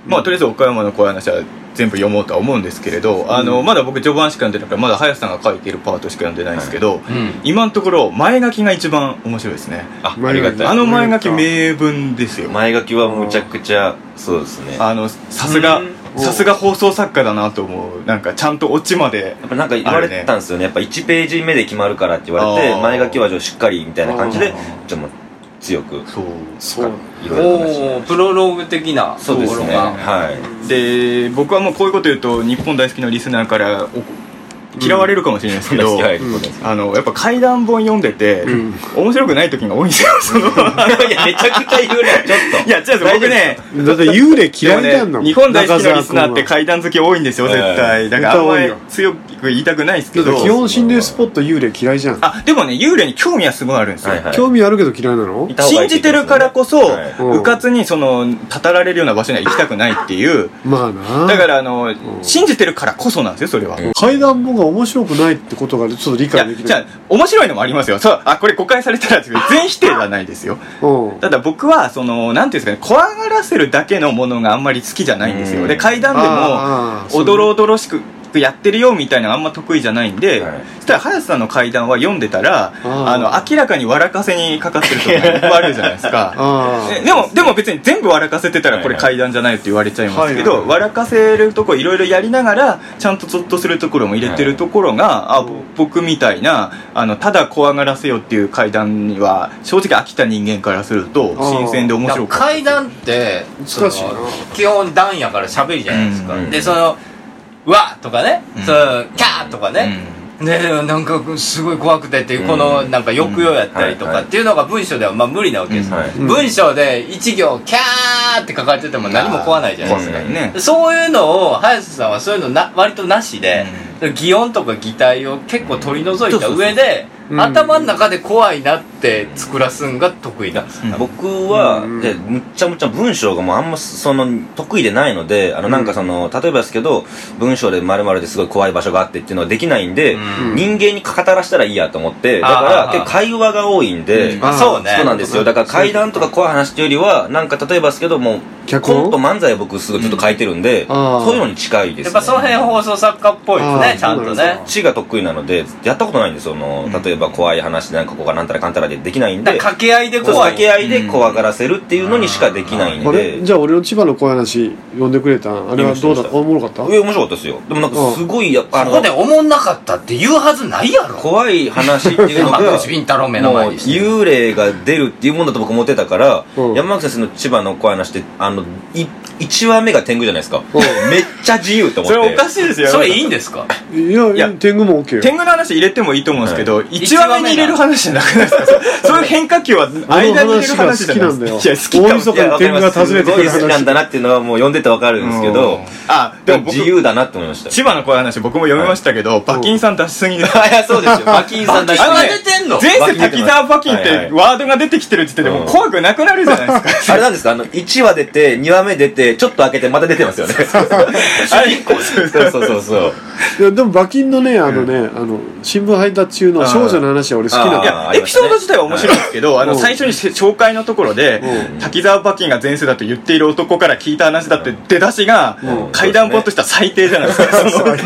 Speaker 4: まあとりあえず岡山の怖い話は全部読もうとは思うんですけれど、あのまだ僕序盤しか読んでないからまだ林さんが書いているパートしか読んでないんですけ
Speaker 2: う
Speaker 4: ど、
Speaker 2: ん
Speaker 4: 今のところ前書きが一番面白いですね
Speaker 3: あ
Speaker 1: 前
Speaker 3: あり
Speaker 1: 書
Speaker 3: がた
Speaker 1: き
Speaker 3: い
Speaker 4: あの前書き名文ですよ
Speaker 3: 前書きはむちゃくちゃそうですねや
Speaker 4: あのさすがさすが放送作家だなと思うなんかちゃんとオチまで
Speaker 3: っぱなんか言われてたんですよねやっぱ1ページ目で決まるからって言われて
Speaker 4: あー
Speaker 3: 前書きはじゃあしっかりみたいな感じ
Speaker 4: あ
Speaker 3: でち
Speaker 4: ー
Speaker 3: ょっともう強く
Speaker 4: そう
Speaker 1: そう
Speaker 3: いろいろ話し
Speaker 2: おおプロローグ的な
Speaker 3: そうですね
Speaker 2: ところが
Speaker 3: はい
Speaker 4: で僕はもうこういうこと言うと日本大好きなリスナーからお嫌われるかもしれないです
Speaker 3: そ
Speaker 4: け
Speaker 3: んな
Speaker 4: ど、
Speaker 3: 好き入ること
Speaker 4: あのやっぱ怪談本読んでて、
Speaker 1: ん
Speaker 4: 面白くない時 が多いんですよその
Speaker 3: いや、めちゃくちゃ言うね、ちょっと。
Speaker 4: いや違うんです僕ね
Speaker 1: だって幽霊
Speaker 4: で
Speaker 1: 嫌
Speaker 4: も
Speaker 1: いなんだも
Speaker 4: ね
Speaker 1: ん
Speaker 4: 日本大好きなリスナーって
Speaker 1: 中澤
Speaker 4: 怪談好き多いんですよ絶対、
Speaker 3: え
Speaker 4: だからあんま
Speaker 1: 絶対多い
Speaker 4: り
Speaker 1: よ
Speaker 4: 強く言いたくないですけ
Speaker 1: 君はだっ
Speaker 4: ど
Speaker 1: て基本心霊スポット幽霊嫌いじゃん
Speaker 4: あでもね幽霊に興味はすごいあるんですよ、
Speaker 3: はいはい
Speaker 1: 興味あるけど嫌いなの
Speaker 3: いた方がい
Speaker 4: 信
Speaker 3: いって
Speaker 4: じ
Speaker 3: 言
Speaker 4: て
Speaker 3: ってますね
Speaker 4: るからこそ、
Speaker 3: はいう
Speaker 4: うんかつにそのたたられるような場所には行きたくないっていう
Speaker 1: まあな
Speaker 4: だからあの、
Speaker 1: ん
Speaker 4: 信じてるからこそなんですよそれは、い
Speaker 1: 階段本が面白くないってことがちょっと理解
Speaker 4: や
Speaker 1: でき
Speaker 4: じ
Speaker 1: な
Speaker 4: ゃ
Speaker 1: い
Speaker 4: あ面白いのもありますよそうあこれ誤解されたらですけど全否定はないですよ
Speaker 1: うん
Speaker 4: ただ僕はそのなんていうんですかね怖がらせるだけのものがあんまり好きじゃないんです
Speaker 3: う
Speaker 4: よ
Speaker 3: ん
Speaker 4: で階段
Speaker 1: あー
Speaker 4: でもおどろおどろしくやってるよみたいなのあんま得意じゃないんで、
Speaker 3: はい
Speaker 4: そしたら早瀬さんの階段は読んでたら
Speaker 1: ー
Speaker 4: あの明らかに笑かせにかかってるとこがいっぱいあるじゃないです か
Speaker 1: あ
Speaker 4: えでもでも別に全部笑かせてたらこれ階段じゃないって言われちゃいますけど、
Speaker 1: はいはい
Speaker 4: 笑かせるとこいろいろやりながらちゃんとゾッとするところも入れてるところが、あぼ僕みたいなあのただ怖がらせよっていう階段には正直飽きた人間からすると
Speaker 1: あー
Speaker 4: 新鮮で面白
Speaker 2: だ
Speaker 4: か
Speaker 2: から
Speaker 4: った
Speaker 2: 階段ってその
Speaker 1: 難しいな
Speaker 2: 基本段やから喋るじゃないですか、
Speaker 4: うんうん
Speaker 2: でその「うわっ!」とかね「
Speaker 4: うん
Speaker 2: そのキャー!」とかね、でなんかすごい怖くてっていうこのなんか抑揚やったりと
Speaker 3: うんは
Speaker 2: か
Speaker 3: い
Speaker 2: っていうのが文章ではまあ無理なわけです、
Speaker 3: うんはい
Speaker 2: 文章で一行「キャー!」って書かれてても何も怖ないじゃないですか
Speaker 4: 怖くないね
Speaker 2: そういうのを早瀬さんはそういうのな割となしで、擬音とか擬態を結構取り除いた上で、
Speaker 1: うん
Speaker 2: 頭の中で怖いなって作らすんが得意なんです、
Speaker 4: うん
Speaker 3: 僕は、
Speaker 1: うん
Speaker 3: でむっちゃむっちゃ文章がもうあんまその得意でないのであのなんかその、例えばですけど文章で〇〇ですごい怖い場所があってっていうのはできないんで、
Speaker 1: ん
Speaker 3: 人間に語らしたらいいやと思ってだ
Speaker 2: あ
Speaker 3: か
Speaker 2: ー
Speaker 3: ら結構会話が多いんで、
Speaker 1: あ
Speaker 2: まあそうね
Speaker 3: そうなんですよだから階段とか怖い話っていうよりはなんか例えばですけども
Speaker 1: 脚本
Speaker 3: コント漫才を僕すぐちょっと書いてるんで、
Speaker 1: あー
Speaker 3: そういうのに近いです、
Speaker 2: や
Speaker 3: ね、
Speaker 2: っぱその辺放送作家っぽいです
Speaker 1: あ
Speaker 2: ね
Speaker 1: ー
Speaker 2: ちゃんと
Speaker 1: そうなん
Speaker 2: ね
Speaker 1: で
Speaker 3: 知が得意なのでやったことないんですよその
Speaker 4: うん
Speaker 3: 例えば怖い話でなんかここがなんたらかんたらでできないん
Speaker 2: だ
Speaker 3: で
Speaker 2: から掛け合いで
Speaker 3: そう
Speaker 2: 怖
Speaker 3: 掛
Speaker 2: い
Speaker 3: け合いで怖がらせるっていうのにしかできないん
Speaker 1: あ
Speaker 3: で
Speaker 1: れじゃあ俺の千葉の怖い話読んでくれたんあれはどうだったおもろかった
Speaker 3: え面白かったですよでもなんかすごいやっぱあ
Speaker 2: そこで
Speaker 3: の
Speaker 2: おもんなかったって言うはずないやろ
Speaker 3: 怖い話っていうのが
Speaker 2: 山
Speaker 3: もう
Speaker 2: 口敏太郎目の前にして
Speaker 3: 幽霊が出るっていうもんだと僕思ってたから
Speaker 1: うん
Speaker 3: 山口先生の千葉の怖い話ってあのい1話目が天狗じゃないですか
Speaker 1: うん
Speaker 3: めっちゃ自由と思
Speaker 4: そ
Speaker 3: って
Speaker 4: れおかしいですよ
Speaker 2: それいいんですか
Speaker 1: いや
Speaker 4: いや
Speaker 1: 天狗も OK よ
Speaker 4: 天狗の話入れてもいいと思うんですけど、一1話目に入れる話じゃなくないですか そういう変化球は
Speaker 1: あの
Speaker 4: 間に入れる
Speaker 1: 話が
Speaker 4: 話じ
Speaker 1: 好
Speaker 4: ゃ
Speaker 1: き
Speaker 4: ない
Speaker 1: な
Speaker 4: で
Speaker 1: ん
Speaker 4: す
Speaker 1: だよ
Speaker 4: かいや好
Speaker 1: 大晦
Speaker 4: きかも
Speaker 1: 日に天狗が訪ねてくる
Speaker 3: すごい好きなん
Speaker 1: 話
Speaker 3: だなっていうのはもう読んでてわかるんですけ
Speaker 4: う
Speaker 3: ど
Speaker 4: んあで
Speaker 3: でも
Speaker 4: も僕
Speaker 3: 自由だなって思いました
Speaker 4: 千葉の怖い話僕も読みましたけど、パキンさん出しすぎです
Speaker 3: いやそうです よ馬琴さんだし
Speaker 2: あれ出てんの
Speaker 4: 前世滝沢パキンっ
Speaker 3: はいは
Speaker 4: て
Speaker 3: い
Speaker 4: ワードが出てきてる時点でもう怖くなくなるじゃないですか
Speaker 3: あれなんですかあの、1話出て、2話目出て、ちょっと開けて、また出てますよね。
Speaker 4: あれ
Speaker 3: そうそうそ うそう。
Speaker 1: いやでも馬琴のねあのねあの新聞配達中の少女の話は俺好きなん
Speaker 4: い
Speaker 1: だよ
Speaker 3: あー
Speaker 4: やエピソード自体は面白いんですけど、あの
Speaker 1: うん
Speaker 4: 最初にせ紹介のところで、
Speaker 1: う
Speaker 4: 滝沢パキンが前世だと言っている男から聞いた話だって出だしが、
Speaker 3: ん
Speaker 4: 階段本としたら最低じゃないですか、その
Speaker 3: そっ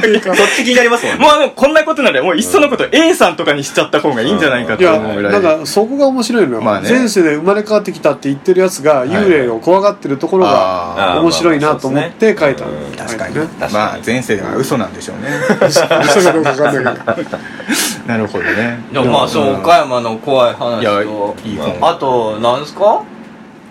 Speaker 3: ち気になりますもんね。
Speaker 4: もうあのこんなことならもういっそのこと A さんとかにしちゃった方がいいんじゃないか
Speaker 1: い
Speaker 4: と
Speaker 1: や
Speaker 4: 思うぐらい
Speaker 1: なんかそこが面白いのよ
Speaker 4: まあね
Speaker 1: 前世で生まれ変わってきたって言ってるやつが幽霊を怖がってるところ
Speaker 4: あ
Speaker 1: が面白いなと思って書いた
Speaker 3: うん
Speaker 4: 確かに
Speaker 1: ね
Speaker 4: まあ前世が嘘なんでしょうね
Speaker 1: 嘘かどうかわかんないけど
Speaker 4: なるほどね
Speaker 2: でもまあそう岡山の怖い話
Speaker 4: いやい
Speaker 2: と
Speaker 4: い本
Speaker 2: あとなんですか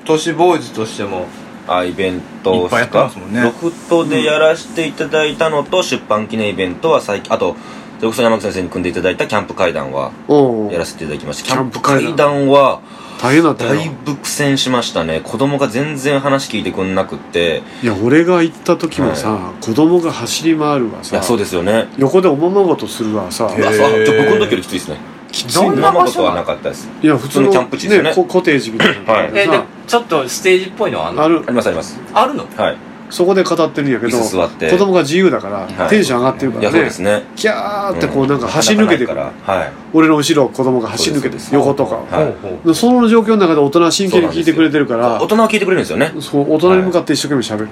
Speaker 2: 都市ボーイズとしても
Speaker 3: あイベント
Speaker 4: いっぱいやってますもんね
Speaker 3: ロフトでやらせていただいたのと、出版記念イベントは最近あとそれこそ山口先生に組んでいただいたキャンプ会談は
Speaker 1: うん
Speaker 3: やらせていただきました
Speaker 1: キ
Speaker 3: キ
Speaker 1: ャ
Speaker 3: ャ
Speaker 1: ン
Speaker 3: ン
Speaker 1: プ
Speaker 3: プ
Speaker 1: 会談
Speaker 3: 会談は
Speaker 1: 大変だった
Speaker 3: だ
Speaker 1: よ
Speaker 3: いぶ苦戦しましたね子供が全然話聞いてくんなくって
Speaker 1: いや俺が行った時もさ、子供が走り回るわ
Speaker 3: い
Speaker 1: さ
Speaker 3: やそうですよね
Speaker 1: 横でおままごとするわさ
Speaker 3: うわそうちょ僕の時よりきついですね
Speaker 1: きつい
Speaker 2: ど
Speaker 1: ん
Speaker 2: ん
Speaker 1: だ
Speaker 2: な
Speaker 1: よ
Speaker 2: 場
Speaker 3: 生こ
Speaker 2: 所
Speaker 3: とは
Speaker 2: な
Speaker 3: なかったです
Speaker 1: いや普通の
Speaker 3: 普通のキャンプ地ですよね
Speaker 1: ココテージみたいなのがあって
Speaker 2: え
Speaker 1: さ
Speaker 2: でちょっとステージっぽいのはあんの
Speaker 1: ある
Speaker 3: ありますあります
Speaker 2: あるの
Speaker 3: はい
Speaker 1: そこで語ってるんやけど
Speaker 3: 椅子座って
Speaker 1: 子供が自由だから、
Speaker 3: はい
Speaker 1: テンション上がってるか
Speaker 3: いや
Speaker 1: ら
Speaker 3: そう
Speaker 1: ね
Speaker 3: ですね
Speaker 1: キャーってこうなんか
Speaker 3: う
Speaker 1: 走り抜けて
Speaker 3: な
Speaker 1: く
Speaker 3: か
Speaker 1: る
Speaker 3: なかはい
Speaker 1: 俺の後ろを子供が走り抜けて
Speaker 3: そうです
Speaker 1: 横とか、
Speaker 3: は
Speaker 2: ほ
Speaker 3: い
Speaker 2: うほう
Speaker 1: でその状況の中で大人は真剣に聞いてくれてるから
Speaker 3: 大人は聞いてくれるんですよね
Speaker 1: そう大人に向かって一生懸命喋る、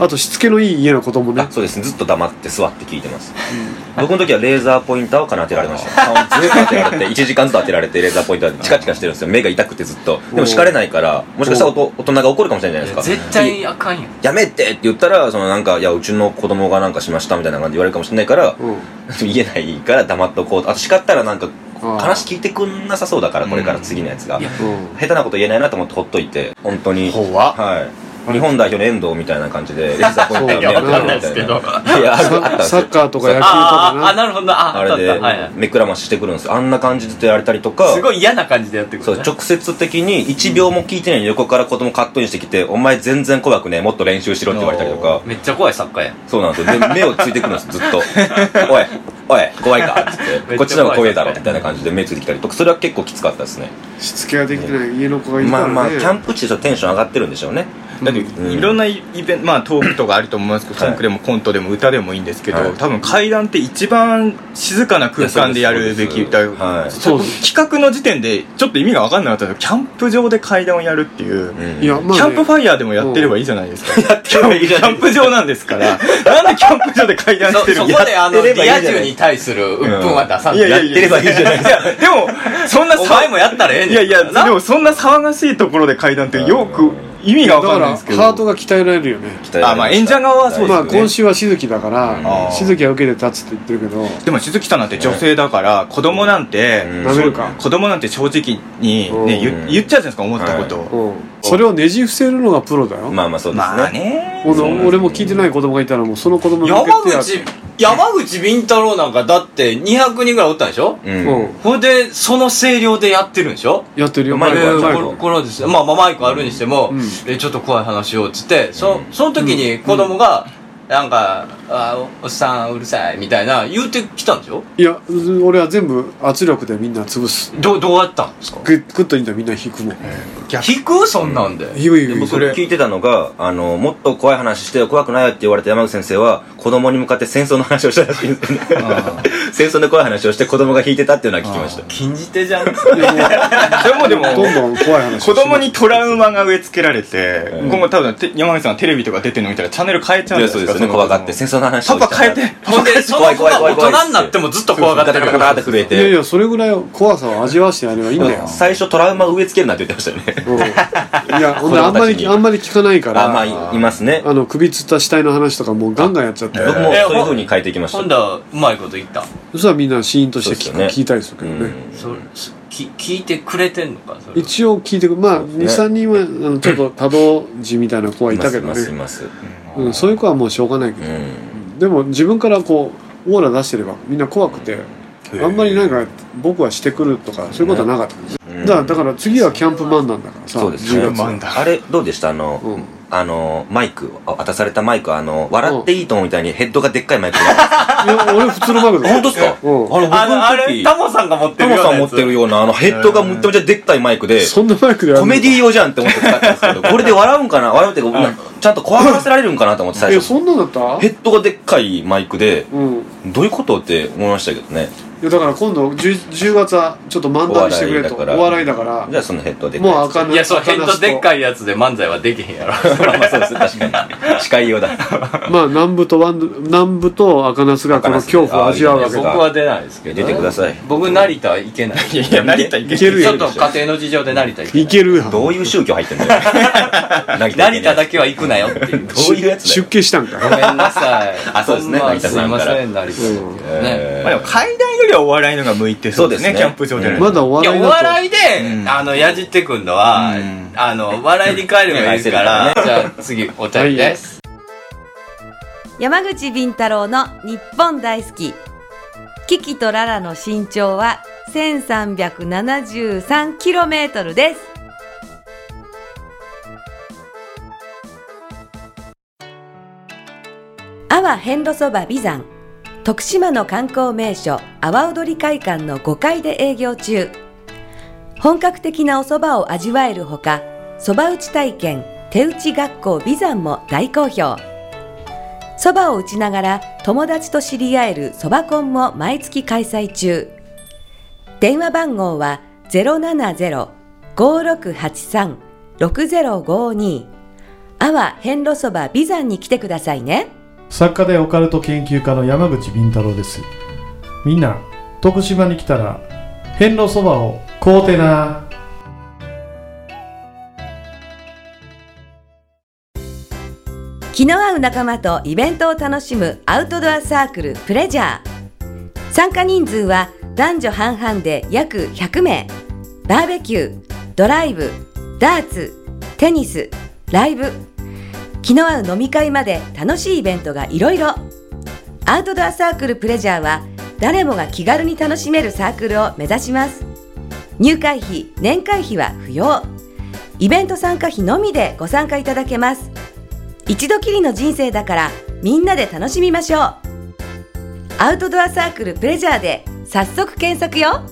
Speaker 1: あとしつけのいい家の子供ね
Speaker 3: あそうですねずっと黙って座って聞いてます、僕の時はレーザーポインターをかな当てられました顔ずっと当てられて1時間ずっと当てられてレーザーポインターでチカチカしてるんですよ目が痛くてずっとでも叱れないからもしかしたらおと大人が怒るかもしれないじゃないですか
Speaker 2: 絶対あかんよ
Speaker 3: やめてって言ったらそのなんかいやうちの子供がなんかしましたみたいな感じで言われるかもしれないから、
Speaker 1: うん
Speaker 3: 言えないから黙っとこうあと叱ったらなんか
Speaker 1: あー
Speaker 3: 話聞いてくんなさそうだからこれから次のやつが、
Speaker 2: いや
Speaker 1: うん
Speaker 3: 下手なこと言えないなと思ってほっといて本当に
Speaker 4: 怖っ
Speaker 3: はい日本代表の遠藤みたいな感じ で、レーザーポインターを目当てにみた
Speaker 2: そう
Speaker 3: いな。
Speaker 2: いやわか
Speaker 3: いや、あるあったんです
Speaker 1: サ
Speaker 3: よ
Speaker 1: ッカーとか野球と
Speaker 2: ああ、あ
Speaker 1: か
Speaker 2: なるほどな。あ、
Speaker 3: あ
Speaker 2: あったあった。はい
Speaker 3: れ
Speaker 2: は
Speaker 3: で、目くらまししてくるんですよ。あんな感じでやられたりとか
Speaker 2: い。、すごい嫌な感じでやってく
Speaker 3: そう
Speaker 2: る、ね。
Speaker 3: 直接的に1秒も聞いてないのに横から子供カットインしてきて、お前全然怖くねえ、もっと練習しろって言われたりとか、
Speaker 2: めっちゃ怖いサッカーや。
Speaker 3: そうなんですよ。で、目をついてくるんです、ずっ と。おい、おい、怖いかっつって、こっちの方が怖いだろみたいな感じで目ついてきたりとか、それは結構きつかったですね。
Speaker 1: なしつけができてない家の子がいるか
Speaker 3: ま
Speaker 1: ら
Speaker 3: あ
Speaker 1: ね
Speaker 3: まあ、キャンプ地でちょっとテンション上がってるんでしょうね。
Speaker 4: だって
Speaker 3: うん
Speaker 4: いろんなイベント、まあ、トークとかあると思いますけど、
Speaker 3: はい
Speaker 4: トークでもコントでも歌でもいいんですけど、
Speaker 3: はい
Speaker 4: 多分階段って一番静かな空間でやるべきだよ
Speaker 3: はい
Speaker 4: そう企画の時点でちょっと意味が分かんなかったんですけどキャンプ場で階段をやるってい
Speaker 3: う
Speaker 4: う、
Speaker 3: ん
Speaker 1: いやまあね
Speaker 4: キャンプファイヤーでもやってればいいじゃないですか、キャンプキャンプ場なんですからなんでキャンプ場で階段し
Speaker 2: そ、
Speaker 4: て
Speaker 2: そ
Speaker 4: るの
Speaker 2: こであの、
Speaker 3: やってれ
Speaker 2: リ
Speaker 3: ばいいじゃな
Speaker 2: ア
Speaker 3: い
Speaker 2: 充に対する鬱憤は出さん
Speaker 4: い
Speaker 2: と
Speaker 4: やいやい
Speaker 3: やってればいいじゃないですか
Speaker 4: やでもそんな
Speaker 2: お
Speaker 4: さ
Speaker 2: 前もやったらええねん
Speaker 4: いやいや
Speaker 2: な
Speaker 4: でもそんな騒がしいところで階段ってよく意味が
Speaker 1: だ
Speaker 4: 分か
Speaker 1: か
Speaker 4: んないん
Speaker 1: ら
Speaker 4: ですけど
Speaker 1: ハートが鍛えられるよね
Speaker 4: あまあ演者側はそうです
Speaker 1: ま
Speaker 4: よ
Speaker 1: あ
Speaker 4: ね
Speaker 1: 今週は静木だから
Speaker 4: うん
Speaker 1: 静木は受けてたっつって言ってるけど
Speaker 4: でも鈴木さんなんて女性だから子供なんて、
Speaker 3: うん
Speaker 1: なめるか
Speaker 4: 子供なんて正直に、ね、
Speaker 3: うん
Speaker 4: 言言っちゃうじゃないですか思ったこと、
Speaker 1: うんそれをねじ伏せるのがプロだよ
Speaker 3: まあまあそうですね。
Speaker 4: まあね
Speaker 1: この俺も聞いてない子供がいたらもうその子供に向
Speaker 2: 山
Speaker 1: けてやる
Speaker 2: 口、山口敏太郎なんかだって200人ぐらいおったんでしょ
Speaker 3: うん
Speaker 1: うん
Speaker 2: ほんで、その声量でやってるんでしょ
Speaker 1: やってるよ
Speaker 3: マイク
Speaker 2: えー
Speaker 3: はマイク
Speaker 2: これこれはですね、まあまあマイクあるにしても、
Speaker 1: うん
Speaker 2: えーちょっと怖い話をっつって、そその時に子供が、なんか、あーおおっさんうるさいみたいな言うてきたんでしょ
Speaker 1: いやう俺は全部圧力でみんな潰す
Speaker 2: どうどうやったんですか
Speaker 1: グッグッといいんだよみんな引くもん
Speaker 2: 引くそんなんで。
Speaker 1: 引く引く引
Speaker 3: 僕
Speaker 1: く
Speaker 3: 聞いてたのがあのもっと怖い話してよ怖くないよって言われた山口先生は子供に向かって戦争の話をしたらしいんですよね 戦争の怖い話をして子供が引いてたっていうのは聞きました
Speaker 2: 禁じ手じゃん。
Speaker 4: それもでも
Speaker 1: どんどん怖い話
Speaker 4: 子供にトラウマが植え付けられて、
Speaker 3: ん
Speaker 4: 今後多分て山口さんがテレビとか出てるの見たらチャンネル変えちゃうん
Speaker 3: いや
Speaker 4: です
Speaker 3: そ
Speaker 4: か
Speaker 3: うですよね
Speaker 4: その
Speaker 3: 怖がって戦争の話
Speaker 4: パ
Speaker 3: をした
Speaker 4: パ変えて
Speaker 2: ほんで、その
Speaker 3: 怖い
Speaker 2: 子
Speaker 3: 怖い
Speaker 2: が
Speaker 3: 怖
Speaker 2: 大
Speaker 3: い怖い
Speaker 2: 人になってもずっと怖がって
Speaker 3: ガタ
Speaker 2: る
Speaker 3: ガタガタって震え
Speaker 1: いやい
Speaker 3: て
Speaker 1: やそれぐらい怖さを味わわしてやればいいんだよ
Speaker 3: 最初トラウマ植え付けるなって言ってましたよね
Speaker 1: うんいやほんであんま
Speaker 3: 子供たち
Speaker 1: り
Speaker 3: に
Speaker 1: あんまり聞かないか
Speaker 3: あまあ
Speaker 1: ら
Speaker 3: いいますね
Speaker 1: あの首つった死体の話とかもうガンガンやっちゃって
Speaker 3: 僕も
Speaker 2: えー
Speaker 3: そういうふうに変えていきました
Speaker 2: 今度はうまいこと言った。
Speaker 1: そしたらみんなシーンとして聞
Speaker 3: そう
Speaker 1: く
Speaker 3: ですよね
Speaker 1: 聞いたりするけ
Speaker 3: う
Speaker 1: どね
Speaker 3: ん
Speaker 2: そそき聞いてくれてんのかそれは
Speaker 1: 一応聞いてくまあ
Speaker 3: うです
Speaker 1: 23人はあのちょっと多動児みたいな子はいいた
Speaker 3: ま
Speaker 1: け
Speaker 3: すい
Speaker 1: ど
Speaker 3: ます
Speaker 1: ね
Speaker 3: います
Speaker 1: うんそういう子はもうしょうがないけ
Speaker 3: う
Speaker 1: ど
Speaker 3: ん
Speaker 1: でも自分からこうオーラ出してればみんな怖くてあんまりなんか僕はしてくるとかそういうことはなかったです
Speaker 3: うん
Speaker 1: だからだから次はキャンプマンなんだからさ
Speaker 3: そうですね
Speaker 1: 10月は
Speaker 4: マンだ
Speaker 3: あれどうでしたあの
Speaker 1: うん
Speaker 3: あのマイク渡されたマイクあの笑っていいと思うみたいにヘッドがでっかいマイク
Speaker 1: いや俺普通のマイクだよ
Speaker 3: 本当ですか
Speaker 1: うん
Speaker 3: あれ僕
Speaker 2: あの、あ
Speaker 3: の
Speaker 2: れ、
Speaker 3: 時
Speaker 2: タモさんが持って
Speaker 3: タ
Speaker 2: るよ
Speaker 3: モ
Speaker 2: うなやつ。
Speaker 3: さん持ってるような、あの、ヘッドがむっちゃむちゃでっかいマイクで、
Speaker 1: そんなマイクでやる
Speaker 3: コメディ用じゃんって思って使ってたんですけど、これで笑うんかな笑うっていうか、ちゃんと怖がらせられるんかなと思って最
Speaker 1: え
Speaker 3: 初。
Speaker 1: そんなんだった
Speaker 3: ヘッドがでっかいマイクで、
Speaker 1: うんい
Speaker 3: どういうことって思いましたけどね。
Speaker 1: やだから今度 10, 10月はちょっと漫談してくれと
Speaker 3: お笑いだから
Speaker 1: お笑いだから
Speaker 3: じゃあそのヘッドでっかい
Speaker 1: もう
Speaker 3: や
Speaker 1: あかん
Speaker 2: いや、そう、ヘッドでっか
Speaker 1: い
Speaker 2: いやつで漫才はできへんやろ。
Speaker 3: つ。まあそうです、確かに。司会用だ。
Speaker 1: まあ南部とワンド南部と赤ナスがこの恐怖を味わうわけだ
Speaker 3: 赤ナ
Speaker 2: 僕は出ないですけど、
Speaker 3: 出てください。
Speaker 2: 僕、成田行けない。
Speaker 4: いやいや成田行け
Speaker 1: いける
Speaker 2: ちょ
Speaker 1: よ
Speaker 2: っと家庭の事情で成田行けない
Speaker 1: い。けるやん
Speaker 3: どういう宗教入ってんだよ。
Speaker 2: 成田だ
Speaker 3: け。
Speaker 2: けは行くなよっていう。
Speaker 3: どういうやつだ
Speaker 1: 出
Speaker 3: よ。
Speaker 1: 家したんか
Speaker 2: ごめんなさい。
Speaker 3: あそうですね
Speaker 2: ほんま
Speaker 3: 成田
Speaker 2: す
Speaker 3: さ
Speaker 2: い
Speaker 3: んか
Speaker 2: ま
Speaker 3: ら
Speaker 2: せん、成田さん。ね。
Speaker 4: まあ、でも階段よりはお笑いのが向いてそうですね
Speaker 3: そうですね
Speaker 4: キャンプ場でやる
Speaker 1: まだお
Speaker 2: いや、
Speaker 1: 笑い
Speaker 2: お
Speaker 1: だと
Speaker 2: 笑いで
Speaker 4: う、ん
Speaker 2: あの、やじってくんのは
Speaker 4: うん、
Speaker 2: あの、笑いに変えればいいから、じゃあ次、お便りです。
Speaker 8: 山口敏太郎の日本大好き。キキとララの身長は 1373km です。阿波遍路そば美山。徳島の観光名所、阿波踊り会館の5階で営業中。本格的なお蕎麦を味わえるほか、蕎麦打ち体験、手打ち学校美山も大好評。そばを打ちながら友達と知り合えるそばコンも毎月開催中。電話番号は070-5683-6052阿波遍路そば美山に来てくださいね。
Speaker 5: 作家でオカルト研究家の山口敏太郎ですみんな徳島に来たら遍路そばを買うてな
Speaker 8: 気の合う仲間とイベントを楽しむアウトドアサークルプレジャー参加人数は男女半々で約100名バーベキュードライブダーツテニスライブ気の合う飲み会まで楽しいイベントがいろいろアウトドアサークルプレジャーは誰もが気軽に楽しめるサークルを目指します入会費年会費は不要イベント参加費のみでご参加いただけます一度きりの人生だからみんなで楽しみましょうアウトドアサークルプレジャーで早速検索よ